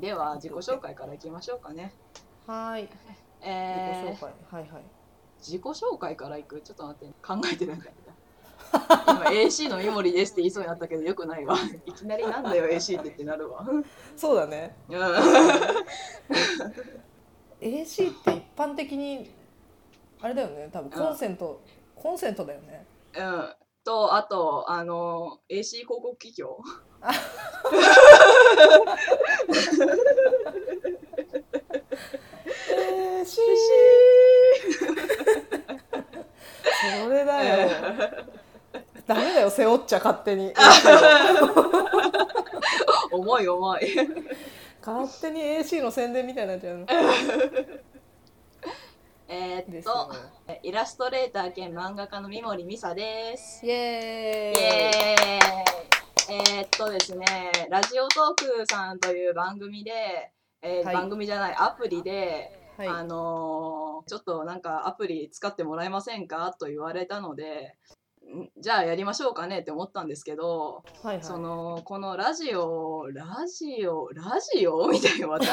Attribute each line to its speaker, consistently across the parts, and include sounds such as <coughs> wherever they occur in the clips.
Speaker 1: では自己紹介からいきましょうかね。
Speaker 2: はい。
Speaker 1: え
Speaker 2: 自
Speaker 1: ー
Speaker 2: 己紹介。はいはい。
Speaker 1: 自己紹介からいくちょっと待って考えてないんだけど今 AC の井森ですって言いそうになったけどよくないわいきなりなんだよ AC ってってなるわうん
Speaker 2: そうだね。AC って一般的にあれだよね。多分コンセント、コンセントだよね。
Speaker 1: うんとあとあの AC 広告企業
Speaker 2: AC。それだよ。ダメだよ。背負っちゃ勝手に。
Speaker 1: 重い重い
Speaker 2: 勝手に AC の宣伝みたいになっちゃうの。
Speaker 1: えー
Speaker 2: で
Speaker 1: っ
Speaker 2: すよ
Speaker 1: とイラストレーター兼漫画家の三森美沙です
Speaker 2: イエ
Speaker 1: イエ
Speaker 2: ー
Speaker 1: ー
Speaker 2: イ。
Speaker 1: イえーっとですね、ラジオトークさんという番組で、えー
Speaker 2: はい
Speaker 1: 番組じゃないアプリで、あ
Speaker 2: はい。
Speaker 1: のーちょっとなんかアプリ使ってもらえませんかと言われたので、んじゃあやりましょうかねって思ったんですけど、
Speaker 2: はいはい。
Speaker 1: そのこのラジオラジオラジオ <laughs> みたいな私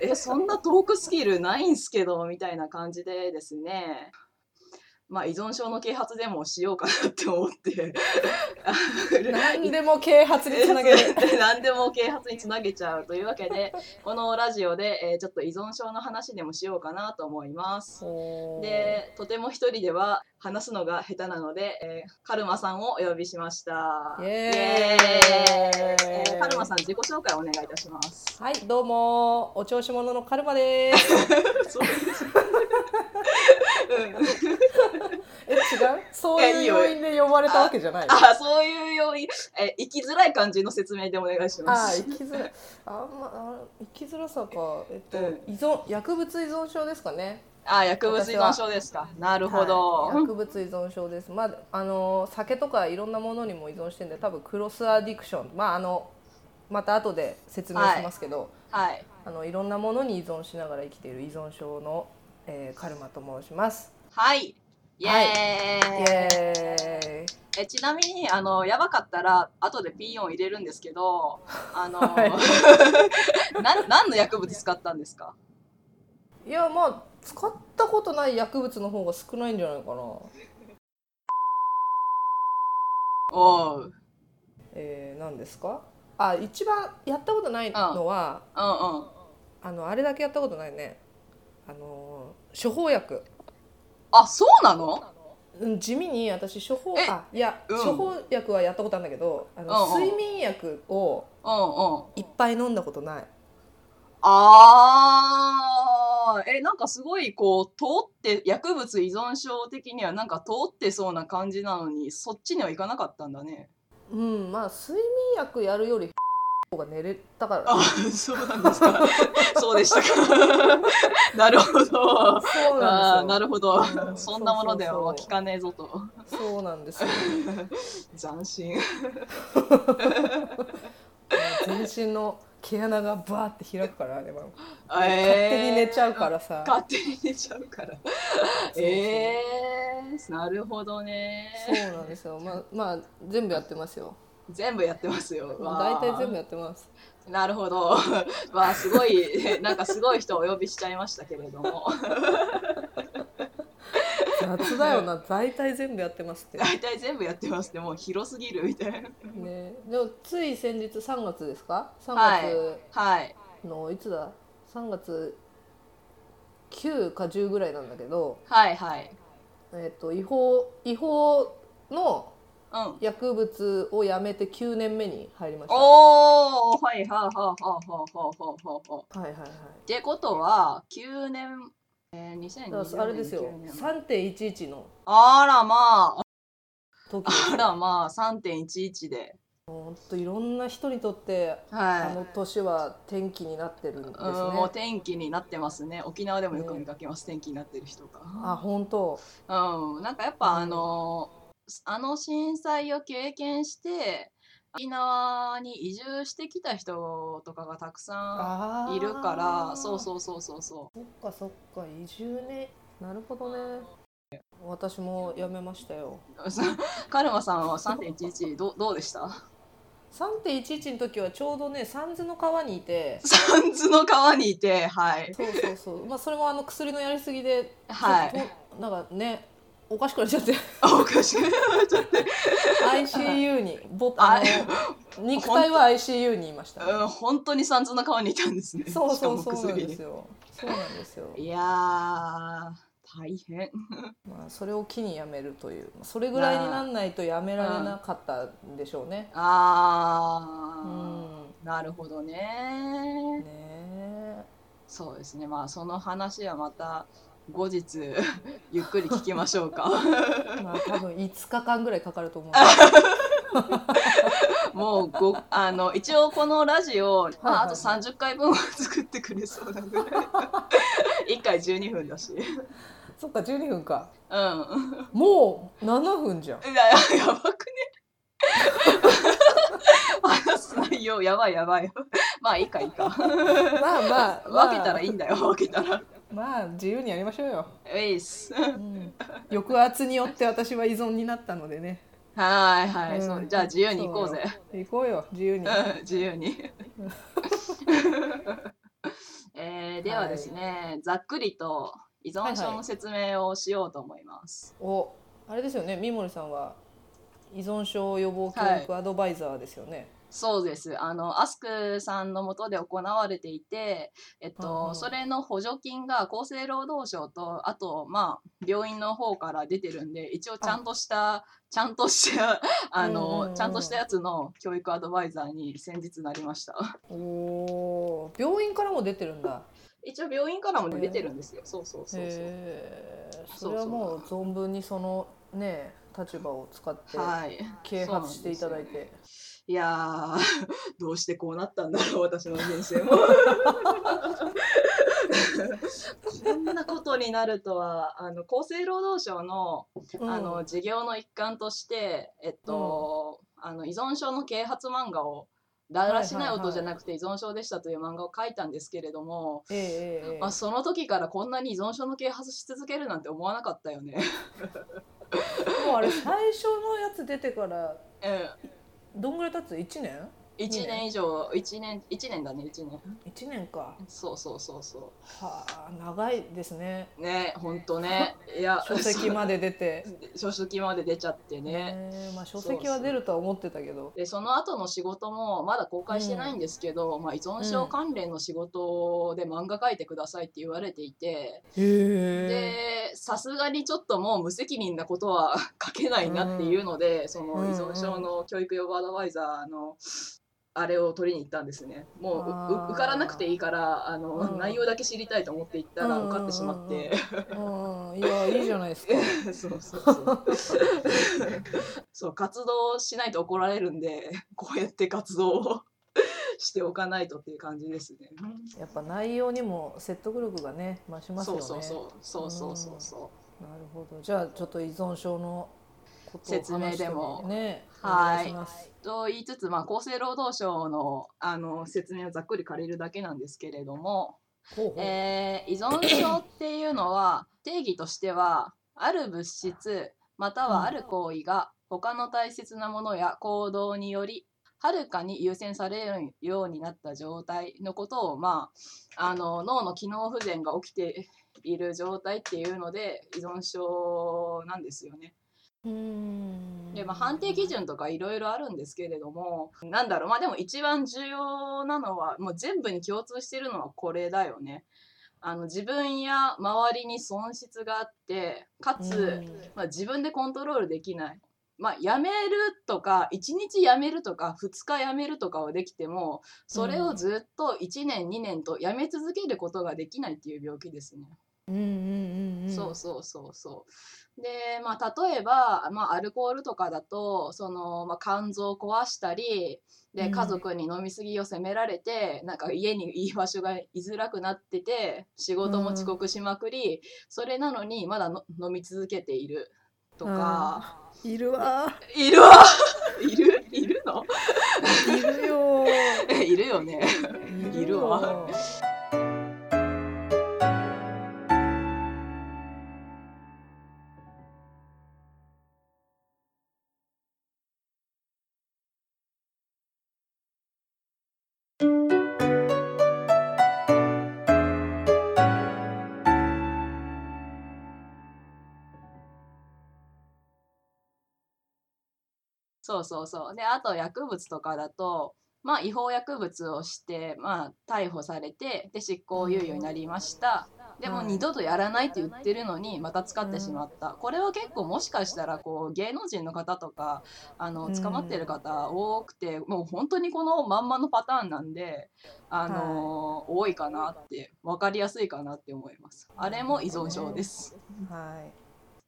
Speaker 1: えそんなトークスキルないんすけどみたいな感じでですねまあ依存症の啓発でもしようかなって思って
Speaker 2: <laughs>
Speaker 1: <laughs>
Speaker 2: 何でも啓発につなげ <laughs> る。
Speaker 1: 何でも啓発につなげちゃうというわけでこのラジオで、えーちょっと依存症の話でもしようかなと思います。
Speaker 2: おー
Speaker 1: でとても一人では話すのが下手なので、えーカルマさんをお呼びしました
Speaker 2: イエーイ
Speaker 1: イエーイえーカルマさん自己紹介お願いいたします
Speaker 2: はい、どうも、お調子者のカルマです。
Speaker 1: そうです、うん
Speaker 2: え、違う、そう
Speaker 1: いやいう
Speaker 2: い
Speaker 1: いよ
Speaker 2: 要因で呼ばれたわけじゃない。あ
Speaker 1: あそういう要因えー生きづらい感じの説明でお願いしま
Speaker 2: あ
Speaker 1: す
Speaker 2: ー、生きづらい。あんま、あ生きづらさか、えっと、
Speaker 1: うん
Speaker 2: 依存、薬物依存症ですかね。
Speaker 1: あ薬物依存症ですかなるほど、
Speaker 2: はい薬物依存症です。まあ、あの、酒とかいろんなものにも依存してるんで、多分クロスアディクション、まあ、あの。また後で説明しますけど、
Speaker 1: はい
Speaker 2: あの、いろんなものに依存しながら生きている依存症の。えーカルマと申します。
Speaker 1: はいイエーイ、
Speaker 2: イエーイ。
Speaker 1: えちなみにあのやばかったら後でピン音入れるんですけどあの、
Speaker 2: は
Speaker 1: <laughs>
Speaker 2: い
Speaker 1: な何の薬物使ったんですか
Speaker 2: いやまあ使ったことない薬物の方が少ないんじゃないかな
Speaker 1: おう
Speaker 2: えー、何ですかあ一番やったことないのは
Speaker 1: うんうん
Speaker 2: あのあれだけやったことないねあのー処方薬
Speaker 1: あそうなの
Speaker 2: うん地味に私処方
Speaker 1: え
Speaker 2: あいや、
Speaker 1: うん
Speaker 2: 処方薬はやったことあるんだけどあの、
Speaker 1: うんうん
Speaker 2: 睡眠薬を
Speaker 1: うんうん
Speaker 2: いっぱい飲んだことない
Speaker 1: あーえなんかすごいこう通って薬物依存症的にはなんか通ってそうな感じなのにそっちにはいかなかったんだね
Speaker 2: うんまあ睡眠薬やるより <laughs> が寝れたから
Speaker 1: あそうなんですか <laughs> そうでしたか <laughs> なるほど
Speaker 2: そう
Speaker 1: あー
Speaker 2: なんです
Speaker 1: な
Speaker 2: よ
Speaker 1: るほど、
Speaker 2: うん
Speaker 1: そんなものでは
Speaker 2: そうそうそう
Speaker 1: 聞かねえぞと
Speaker 2: そうなんですよ
Speaker 1: 斬新
Speaker 2: 全身の毛穴がバーって開くからあれは勝
Speaker 1: 勝
Speaker 2: 手に寝ちゃうからさ、
Speaker 1: 勝手に寝ちゃうから
Speaker 2: そう
Speaker 1: えー、なるほどね
Speaker 2: そうなんですよまあまあ全部やってますよ
Speaker 1: 全部やってますよ
Speaker 2: 大
Speaker 1: わー
Speaker 2: 体全部やってます
Speaker 1: なるほど <laughs> わあすごい <laughs> なんかすごい人をお呼びしちゃいましたけれども <laughs>
Speaker 2: 雑だよな大体全部やってますって
Speaker 1: 大体全部やってますってもう広すぎるみたいな
Speaker 2: ねでもつい先日3月ですか3
Speaker 1: はい
Speaker 2: 月
Speaker 1: はい
Speaker 2: のいつだ3月9か10ぐらいなんだけど、
Speaker 1: はいはい
Speaker 2: えっと違法違法の
Speaker 1: うん
Speaker 2: 薬物をやめて9年目に入りましたは
Speaker 1: おおはいはいはいはいはいはいはいはいっ
Speaker 2: いはいはい
Speaker 1: てことは9年えー、2020年
Speaker 2: だからあれですよ
Speaker 1: 9年
Speaker 2: 3.11の
Speaker 1: あらまあ
Speaker 2: 時
Speaker 1: あらまあ3.11で
Speaker 2: ほんといろんな人にとってあ
Speaker 1: はい
Speaker 2: の年は転機になってるんですね。
Speaker 1: うん、もう天気になってますね沖縄でもよく見かけます、天気になってる人が
Speaker 2: あ本当。
Speaker 1: うん、なんかやっぱあのあの震災を経験して沖縄に移住してきた人とかがたくさ
Speaker 2: あ
Speaker 1: ん
Speaker 2: ー
Speaker 1: いるからそうそうそうそう <laughs> そ
Speaker 2: そっかそっか移住ね。なるほどね。私も辞めましたよ。
Speaker 1: うカルマさんは3.11どうどうでした
Speaker 2: 3.11の時はちょうどね三途の川にいて
Speaker 1: サンズの川にいて、はい。
Speaker 2: そうそうそう、 <laughs> まあ、それもあの薬のやりすぎで、
Speaker 1: はい
Speaker 2: <laughs> ちょっとなんかねおかしくなっち
Speaker 1: <laughs>
Speaker 2: ゃって
Speaker 1: あおかしくなっちゃって
Speaker 2: ICU にぼ
Speaker 1: あ
Speaker 2: あの肉体は ICU にいました、
Speaker 1: うん、本当にサンズの川にいたんですね。
Speaker 2: <laughs> そうそうそう
Speaker 1: し
Speaker 2: そ
Speaker 1: かも
Speaker 2: うなん
Speaker 1: 薬
Speaker 2: で
Speaker 1: に
Speaker 2: すよそうなんですよ、
Speaker 1: いやー、大変。
Speaker 2: まあ、それを機にやめるというそれぐらいになんないとやめられなかったんでしょうねう
Speaker 1: あ
Speaker 2: ん
Speaker 1: ー、なるほどね
Speaker 2: ね。え
Speaker 1: そうですね。まあ、その話はまた後日 <laughs> ゆっくり聞きましょうか。 <laughs>
Speaker 2: まあ多分5日間ぐらいかかると思う
Speaker 1: もうごあの一応このラジオ、まあ、
Speaker 2: はいはい
Speaker 1: あと30回分は作ってくれそうなぐ <laughs> らい1回12分だしうん
Speaker 2: そっか12分か
Speaker 1: いやや
Speaker 2: もう7分じゃん
Speaker 1: ばくね <laughs> 話す内容やばいやばいまあいいかいいか
Speaker 2: まあまあ、まあ、
Speaker 1: 分けたらいいんだよ分けたら
Speaker 2: まあ自由にやりましょうよ、
Speaker 1: ウイス
Speaker 2: うん、抑圧によって私は依存になったのでね
Speaker 1: はいはい、
Speaker 2: うん
Speaker 1: そうじゃあ自由に行こうぜ
Speaker 2: 行こうよ自由に
Speaker 1: うん自由に <laughs> えーではですね、ざっくりと依存症の説明をしようと思います、
Speaker 2: おあれですよね三森さんは依存症予防教育アドバイザーですよね、
Speaker 1: そうです。あの、アスクさんのもとで行われていて、えっ
Speaker 2: うんう
Speaker 1: と、
Speaker 2: ん
Speaker 1: それの補助金が厚生労働省と、あと、まあ、病院の方から出てるんで、一応ちゃんとした、ちゃんと <laughs> した、あ
Speaker 2: うんうんう
Speaker 1: の
Speaker 2: ん、
Speaker 1: ちゃんとしたやつの教育アドバイザーに先日なりました。
Speaker 2: おー病院からも出てるんだ
Speaker 1: 一応病院からも出てるんですよ。そうそうそうそう。
Speaker 2: へえ
Speaker 1: そ
Speaker 2: そ
Speaker 1: そ
Speaker 2: う
Speaker 1: う
Speaker 2: れはもう存分にそのね立場を使って
Speaker 1: はい。
Speaker 2: 啓発していただいて、
Speaker 1: いやー、 <laughs> どうしてこうなったんだろう、私の人生も。 <laughs> こんなことになるとは、あの厚生労働省の
Speaker 2: うん
Speaker 1: あの事業の一環として、えっと、あの依存症の啓発漫画を。だらしない音じゃなくて依存症でしたという漫画を書いたんですけれども、
Speaker 2: ええええええ
Speaker 1: あその時からこんなに依存症の啓発し続けるなんて思わなかったよね。 <laughs>
Speaker 2: もうあれ最初のやつ出てから
Speaker 1: うん
Speaker 2: どんぐらい経つ1年
Speaker 1: 一年以上、一年、一年だね、一年。
Speaker 2: 1年か
Speaker 1: そうそうそうそ
Speaker 2: はあ長いですね
Speaker 1: う。ね、本当ね、いや、
Speaker 2: 書籍まで
Speaker 1: <laughs>
Speaker 2: 出て、
Speaker 1: 書籍まで出ちゃってね。
Speaker 2: ねえまあ、書籍は出るとは思ってたけど
Speaker 1: でその後の仕事もまだ公開してないんですけど、まあ、依存症関連の仕事で漫画描いてくださいって言われていて、
Speaker 2: へえ
Speaker 1: でさすがにちょっともう無責任なことは <laughs> 書けないなっていうので、その依存症の教育予防アドバイザーのあれを取りに行ったんですねもうう
Speaker 2: あー
Speaker 1: 受からなくていいからあの、
Speaker 2: うん
Speaker 1: 内容だけ知りたいと思って行ったら
Speaker 2: うん
Speaker 1: 受かってしまって。
Speaker 2: うんいやいいじゃない
Speaker 1: <laughs>
Speaker 2: ですか
Speaker 1: そうそうそう。そう活動しないと怒られるんで、 <laughs> こうやって活動を <laughs> しておかないとっていう感じですね。
Speaker 2: やっぱ内容にも説得力がね増しますよ
Speaker 1: そう
Speaker 2: ね
Speaker 1: そうそうそうそうそうそ
Speaker 2: なるほどじゃあちょっと依存症のことを話してみ
Speaker 1: 説明でも
Speaker 2: ね
Speaker 1: はい
Speaker 2: お願します
Speaker 1: う。と言いつつ、まあ厚生労働省のあの説明をざっくり借りるだけなんですけれども、
Speaker 2: ほうほう
Speaker 1: えー依存症っていうの
Speaker 2: <coughs>
Speaker 1: は定義としてはある物質またはある行為が他の大切なものや行動によりはるかに優先されるようになった状態のことを、まあ、あの脳の機能不全が起きている状態っていうので依存症なんですよね。
Speaker 2: うーん
Speaker 1: でまあ、判定基準とかいろいろあるんですけれどもなんだろうまあでも一番重要なのはもう全部に共通してるのはこれだよね。あの自分や周りに損失があってかつ、まあ、自分でコントロールできない。まあ、やめるとか1日やめるとか2日やめるとかはできてもそれをずっと1年2年とやめ続けることができないっていう病気ですね。
Speaker 2: うんうんうんうん
Speaker 1: そうそうそうそう。で、まあ、例えば、まあ、アルコールとかだとその、まあ、肝臓を壊したりで
Speaker 2: うん
Speaker 1: 家族に飲み過ぎを責められて、なんか家にいい場所が居づらくなってて仕事も遅刻しまくり、それなのにまだの飲み続けているとか、
Speaker 2: いるわ
Speaker 1: いるわ <laughs> いるいるの <laughs>
Speaker 2: いるよ
Speaker 1: いるよね。いるわそうそうそう。で、あと薬物とかだと、まあ違法薬物をして、まあ逮捕されて、で執行猶予になりました。でも
Speaker 2: はい
Speaker 1: 二度とやらないって言ってるのにまた使ってしまった。これは結構もしかしたらこう芸能人の方とか、あの、
Speaker 2: うん
Speaker 1: 捕まってる方多くて、もう本当にこのまんまのパターンなんで、あのー多いかなって、わかりやすいかなって思います。あれも依存症です。
Speaker 2: はい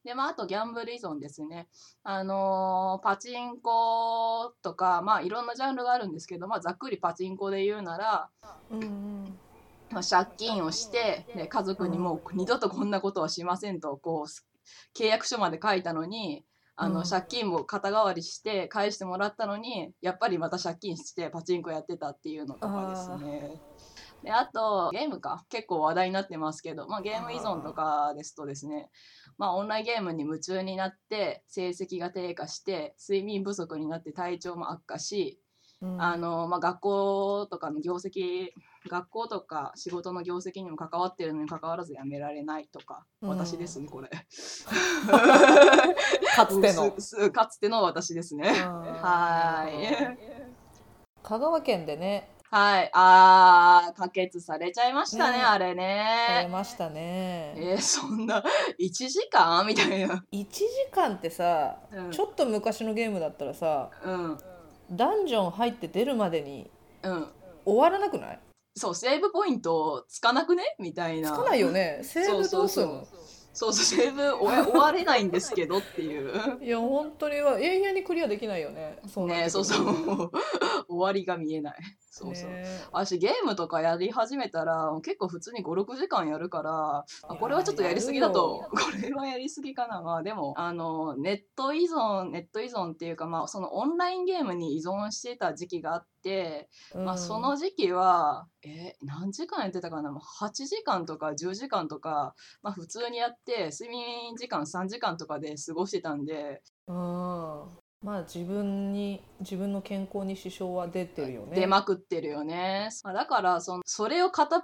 Speaker 1: で、まあ、あとギャンブル依存ですね。あのーパチンコとか、まあ、いろんなジャンルがあるんですけど、まあ、ざっくりパチンコで言うなら、
Speaker 2: うんうん
Speaker 1: まあ、借金をして、で、家族にもう二度とこんなことはしませんと、こう、契約書まで書いたのに、あ
Speaker 2: う
Speaker 1: の、
Speaker 2: ん
Speaker 1: 借金も肩代わりして返してもらったのに、やっぱりまた借金してパチンコやってたっていうのとかですね。で、あと、ゲームか。結構話題になってますけど、まあ、ゲーム依存とかですとですね、まあ、オンラインゲームに夢中になって成績が低下して睡眠不足になって体調も悪化し、
Speaker 2: うん
Speaker 1: あのまあ、学校とかの業績学校とか仕事の業績にも関わってるのに関わらずやめられないとか
Speaker 2: うん
Speaker 1: 私ですね、これ
Speaker 2: かつての
Speaker 1: <laughs> すすかつての私ですねはーい
Speaker 2: 香川県でね
Speaker 1: はいあー可決されちゃいましたね、
Speaker 2: ね
Speaker 1: あれ
Speaker 2: 食べ
Speaker 1: ね
Speaker 2: ましたね
Speaker 1: えーそんな1時間みたいな
Speaker 2: 1時間ってさ、
Speaker 1: うん
Speaker 2: ちょっと昔のゲームだったらさ
Speaker 1: うん
Speaker 2: ダンジョン入って出るまでに
Speaker 1: うん
Speaker 2: 終わらなくない
Speaker 1: そうセーブポイントつかなくねみたい
Speaker 2: つ
Speaker 1: な
Speaker 2: かないよねセーブどうするの
Speaker 1: そうそう、セーブ終わ終われないんですけどっていう。
Speaker 2: いや本当には永遠にクリアできないよねそうな
Speaker 1: ね
Speaker 2: ってくる
Speaker 1: そうそう。終わりが見えない。そうそう。
Speaker 2: ね
Speaker 1: 私ゲームとかやり始めたら結構普通に56時間やるからあこれはちょっとやりすぎだとこれはやりすぎかなまあでもあのネット依存ネット依存っていうかまあそのオンラインゲームに依存してた時期があって、
Speaker 2: うん
Speaker 1: まあその時期はえ何時間やってたかなもう8時間とか10時間とか、まあ、普通にやって睡眠時間3時間とかで過ごしてたんで、
Speaker 2: うんまあ自分に自分の健康に支障は出てるよね
Speaker 1: 出まくってるよね、まあ、だからそのそれを片っ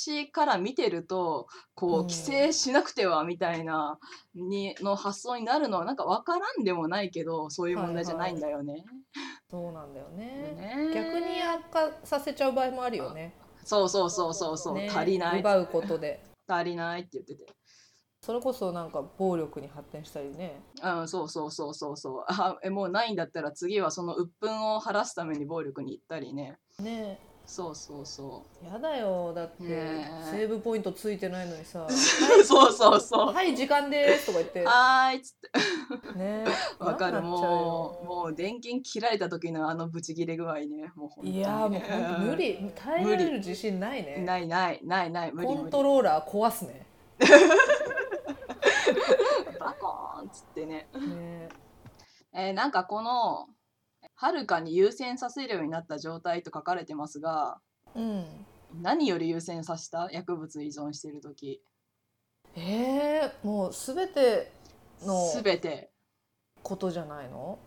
Speaker 1: 端から見てるとこ
Speaker 2: う
Speaker 1: うん規制しなくてはみたいなにの発想になるのはなんか分からんでもないけどそういう問題じゃないんだよね。
Speaker 2: そうなんだよね
Speaker 1: ね
Speaker 2: 逆に悪化させちゃう場合もあるよね
Speaker 1: そうそうそうそうそう、
Speaker 2: ね
Speaker 1: 足りない
Speaker 2: 奪うことで
Speaker 1: 足りないって言ってて。
Speaker 2: それこそなんか暴力に発展したりね
Speaker 1: うん、そうそうそうそうそうあえもうないんだったら次はその鬱憤を晴らすために暴力に行ったりね
Speaker 2: ね
Speaker 1: そうそうそ
Speaker 2: やだよだって、
Speaker 1: ねえ
Speaker 2: セーブポイントついてないのにさ
Speaker 1: う <laughs> そうそう
Speaker 2: 「
Speaker 1: そう
Speaker 2: はい時間です」とか言って
Speaker 1: はーいっつって
Speaker 2: ね
Speaker 1: わかる
Speaker 2: 嫌になっちゃうよ
Speaker 1: もうもう電源切られた時のあのブチギレ具合ねもう本当に
Speaker 2: いやーもうほんと無
Speaker 1: 理
Speaker 2: 理耐えられる自信ないね
Speaker 1: ないないないない無理
Speaker 2: コ
Speaker 1: 無
Speaker 2: ン
Speaker 1: 理
Speaker 2: トローラー壊すね
Speaker 1: バコーンっつってね
Speaker 2: ね
Speaker 1: えーなんかこのはるかに優先させるようになった状態と書かれてますが
Speaker 2: うん
Speaker 1: 何より優先させた薬物依存してる時
Speaker 2: えー、もう全ての
Speaker 1: 全て
Speaker 2: ことじゃないの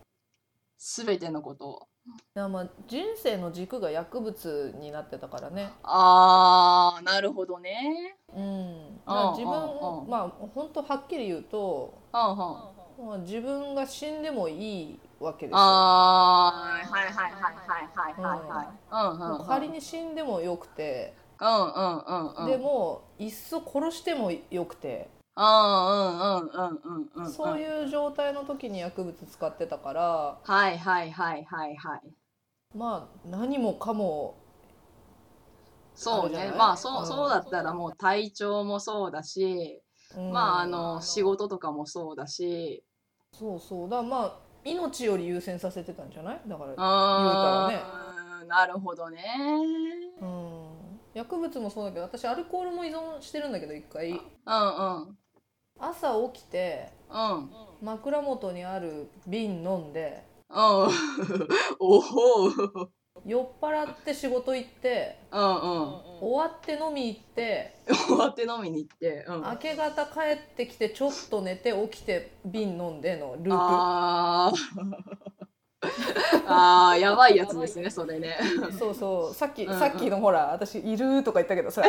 Speaker 1: 全てのことを
Speaker 2: いやまあ人生の軸が薬物になってたからね、
Speaker 1: あーなるほどね。
Speaker 2: うん、だから
Speaker 1: うんうん
Speaker 2: 自分
Speaker 1: うん
Speaker 2: まあ本当はっきり言うと、
Speaker 1: うんうん、
Speaker 2: まあ、自分が死んでもいいわけですよ
Speaker 1: あーはいはいはいはいはいはいはい。うんうん
Speaker 2: も
Speaker 1: う。
Speaker 2: うん仮に死んでもよくて、
Speaker 1: うんうんうんうん。
Speaker 2: でもいっそ殺してもよくて、
Speaker 1: うんうんうんうんうんうん。
Speaker 2: そう
Speaker 1: う。
Speaker 2: いう状態の時に薬物使ってたから
Speaker 1: はいはいはいはいはい。
Speaker 2: まあ何もかも
Speaker 1: そう
Speaker 2: あれじゃ
Speaker 1: ね
Speaker 2: な。い
Speaker 1: まあそううんそうだったらもう体調もそうだし、
Speaker 2: うん
Speaker 1: まああの仕事とかもそうだし。
Speaker 2: そうそうだからまあ命より優先させてたんじゃないだから
Speaker 1: う、ーん。
Speaker 2: 言う
Speaker 1: なるほどね。
Speaker 2: うん、薬物もそうだけど私アルコールも依存してるんだけど一回
Speaker 1: うんうん
Speaker 2: 朝起きて
Speaker 1: うん。 <laughs>
Speaker 2: 枕元にある瓶飲んで
Speaker 1: うん。おほう。
Speaker 2: 酔っ払って仕事行って
Speaker 1: うんうん。
Speaker 2: 終わって飲み行って
Speaker 1: 終わって飲みに行って。うん。
Speaker 2: 明け方帰ってきてちょっと寝て起きて瓶飲んでのルー
Speaker 1: あー <laughs> あーやばいやつですねそれね
Speaker 2: プそうそうさっき、
Speaker 1: うんうん
Speaker 2: さっ
Speaker 1: <laughs>
Speaker 2: きのほら私「いる」とか言ったけどそれ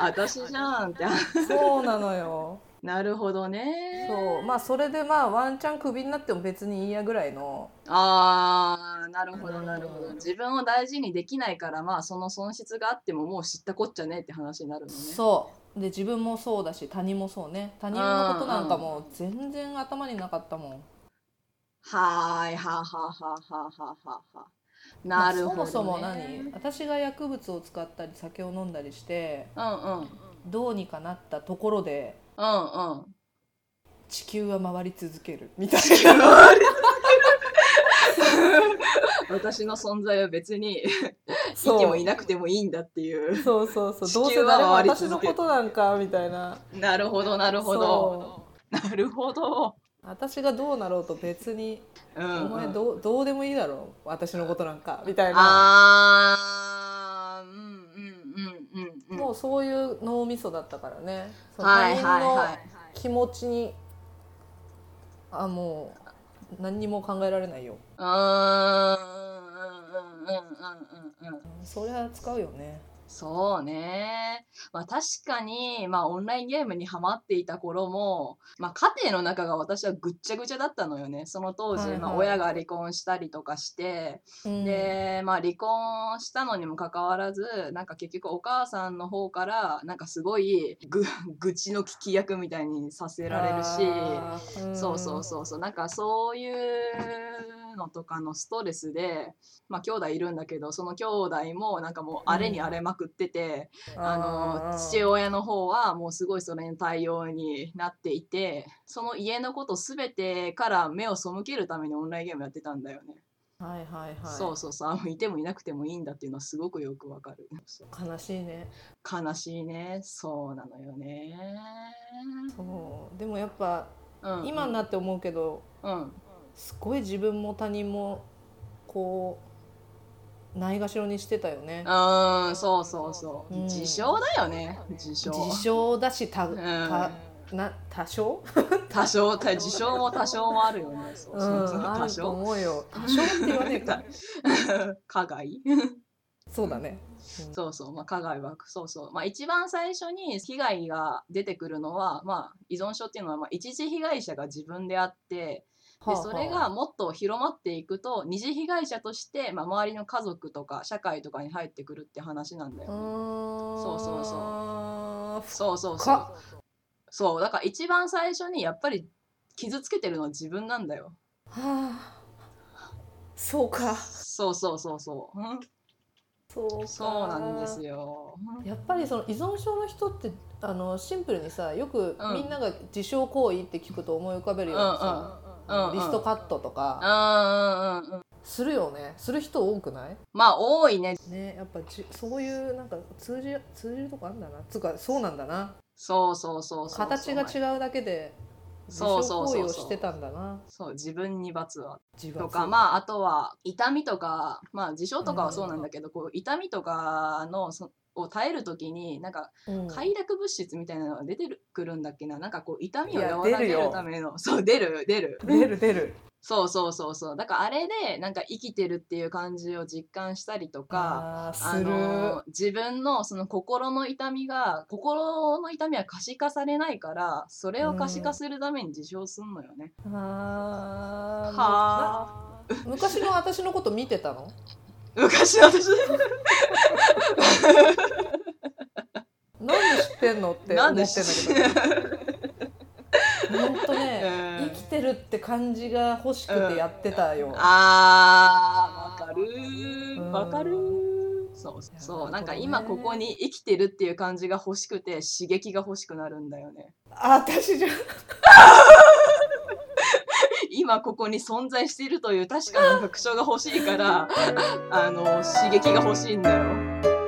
Speaker 1: あ私じゃんって。
Speaker 2: そうなのよ
Speaker 1: なるほどね。
Speaker 2: そうまあそれでまあワンチャンクビになっても別にいいやぐらいの
Speaker 1: ああ、なるほど、
Speaker 2: うん
Speaker 1: なるほど。自分を大事にできないから、まあ、その損失があっても、もう知ったこっちゃねって話になるのね。
Speaker 2: そうで自分もそうだし他人もそうね他人のことなんかもう全然頭になかったもん
Speaker 1: はーい、はあはあはあはあはあはあはあ。
Speaker 2: まあ
Speaker 1: なるほど、ね。
Speaker 2: そもそも何私が薬物を使ったり酒を飲んだりして
Speaker 1: うんうん。
Speaker 2: どうにかなったところで
Speaker 1: うんうん。
Speaker 2: 地球は回り続けるみたい <laughs>
Speaker 1: 私の存在は別に、
Speaker 2: な
Speaker 1: 息もい
Speaker 2: な
Speaker 1: なくてもいいんだっていう。
Speaker 2: そうそうそうどう
Speaker 1: 地
Speaker 2: せ
Speaker 1: 球は
Speaker 2: 誰も
Speaker 1: 回り
Speaker 2: 私
Speaker 1: 続
Speaker 2: の
Speaker 1: ける
Speaker 2: ことなんかみたいな
Speaker 1: なるほど、なるほど。
Speaker 2: そ
Speaker 1: なるほど。
Speaker 2: う私がどうなろうと別に
Speaker 1: うん、
Speaker 2: お
Speaker 1: う
Speaker 2: 前
Speaker 1: ん。
Speaker 2: どうどうでもいいだろう私のことなんかみたいな
Speaker 1: あー、うんうんうんうんうん。
Speaker 2: もうそういう脳みそだったからねその
Speaker 1: はいはい
Speaker 2: 他人の
Speaker 1: はい。
Speaker 2: 気持ちにあもう何にも考えられないよ
Speaker 1: うーんうんうんうんうんうんうん
Speaker 2: そりゃ使うよね
Speaker 1: そうね。まあ確かに、まあオンラインゲームにハマっていた頃も、まあ家庭の中が私はぐっちゃぐちゃだったのよね。その当時、
Speaker 2: はいはい
Speaker 1: まあ親が離婚したりとかして、
Speaker 2: うん
Speaker 1: で、まあ離婚したのにもかかわらず、なんか結局お母さんの方から、なんかすごいぐ、 <laughs> 愚痴の聞き役みたいにさせられるし、
Speaker 2: あーん
Speaker 1: そうそうそうそうなんかそういうのとかのストレスでまあ兄弟いるんだけどその兄弟もなんかもう荒れに荒れまくってて、あの父親の方はもうすごいそれに対応になっていてその家のこと全てから目を背けるためにオンラインゲームやってたんだよね、
Speaker 2: はいはいはい
Speaker 1: そうそうそうあもういてもいなくてもいいんだっていうのはすごくよくわかるそう
Speaker 2: 悲しいね
Speaker 1: 悲しいねそうなのよね
Speaker 2: そうでもやっぱ、
Speaker 1: うん
Speaker 2: 今になって思うけど
Speaker 1: うん
Speaker 2: すごい自分も他人もこうないがしろにしてたよね
Speaker 1: うん、そうそうそう。
Speaker 2: うん
Speaker 1: 自称だよね。自称。
Speaker 2: 自称だした、
Speaker 1: うん
Speaker 2: たな多少
Speaker 1: 多少、た自称も多少もあるよね。そう
Speaker 2: う
Speaker 1: そうん多
Speaker 2: あると
Speaker 1: 少。
Speaker 2: 思
Speaker 1: <laughs>
Speaker 2: うよ多少って言わねえか
Speaker 1: 加害
Speaker 2: そうだね
Speaker 1: そうそう、まあ、加害は、そうそう。まあ、一番最初に被害が出てくるのは、まあ、依存症っていうのは、まあ、一次被害者が自分であって、で、それがもっと広まっていくと、二次被害者として、まあ、周りの家族とか社会とかに入ってくるって話なんだよね。そ
Speaker 2: そう
Speaker 1: そう
Speaker 2: そう
Speaker 1: そうそうそ
Speaker 2: 深
Speaker 1: う。そう、だから一番最初にやっぱり傷つけてるのは自分なんだよ。
Speaker 2: はあそうか
Speaker 1: そうそうそうそう。うん
Speaker 2: そうか
Speaker 1: そうなんですよ。うん
Speaker 2: やっぱりその依存症の人ってあのシンプルにさよく
Speaker 1: うん
Speaker 2: みんなが自傷行為って聞くと思い浮かべるようなさ、
Speaker 1: うんうん
Speaker 2: リストカットとか
Speaker 1: うんうんうんうん。
Speaker 2: するよねする人多くない
Speaker 1: まあ多いね。
Speaker 2: ねやっぱじそういうなんか通じ通じるとこあるんだなつうかそうなんだな
Speaker 1: そうそうそうそう。
Speaker 2: 形が
Speaker 1: う。
Speaker 2: 違うだけで自
Speaker 1: そう
Speaker 2: 傷
Speaker 1: そうそう
Speaker 2: 行為
Speaker 1: そう
Speaker 2: をしてたんだな
Speaker 1: そう自分に罰は
Speaker 2: 自
Speaker 1: とかまああとは痛みとかまあ自傷とかはそうなんだけど、こう痛みとかのそを耐えるときになんか
Speaker 2: うん
Speaker 1: 快楽物質みたいなのが出てるくるんだっけななんかこう痛みを
Speaker 2: いや
Speaker 1: 和らげ
Speaker 2: 出る
Speaker 1: る
Speaker 2: よ
Speaker 1: ためのそう出る出る
Speaker 2: 出る出る
Speaker 1: そうそうそうそうだからあれでなんか生きてるっていう感じを実感したりとか
Speaker 2: あー
Speaker 1: あ
Speaker 2: する
Speaker 1: の自分のその心の痛みが心の痛みは可視化されないからそれを可視化するために自傷すんのよね。
Speaker 2: あー
Speaker 1: はあ
Speaker 2: <laughs> な昔の私のこと見てたの
Speaker 1: 昔の私
Speaker 2: なんで知ってんのって思
Speaker 1: な
Speaker 2: ってん
Speaker 1: ん
Speaker 2: だ
Speaker 1: で
Speaker 2: けど本当ね、
Speaker 1: うん
Speaker 2: 生きてるって感じが欲しくてやってたよ、
Speaker 1: あーわかる
Speaker 2: う
Speaker 1: ー
Speaker 2: ん
Speaker 1: わかるーそう
Speaker 2: いや
Speaker 1: そうな
Speaker 2: なるほどね
Speaker 1: んか今ここに生きてるっていう感じが欲しくて刺激が欲しくなるんだよね。
Speaker 2: あ私じゃん
Speaker 1: 今ここに存在しているという確かな確証が欲しいからあの刺激が欲しいんだよ。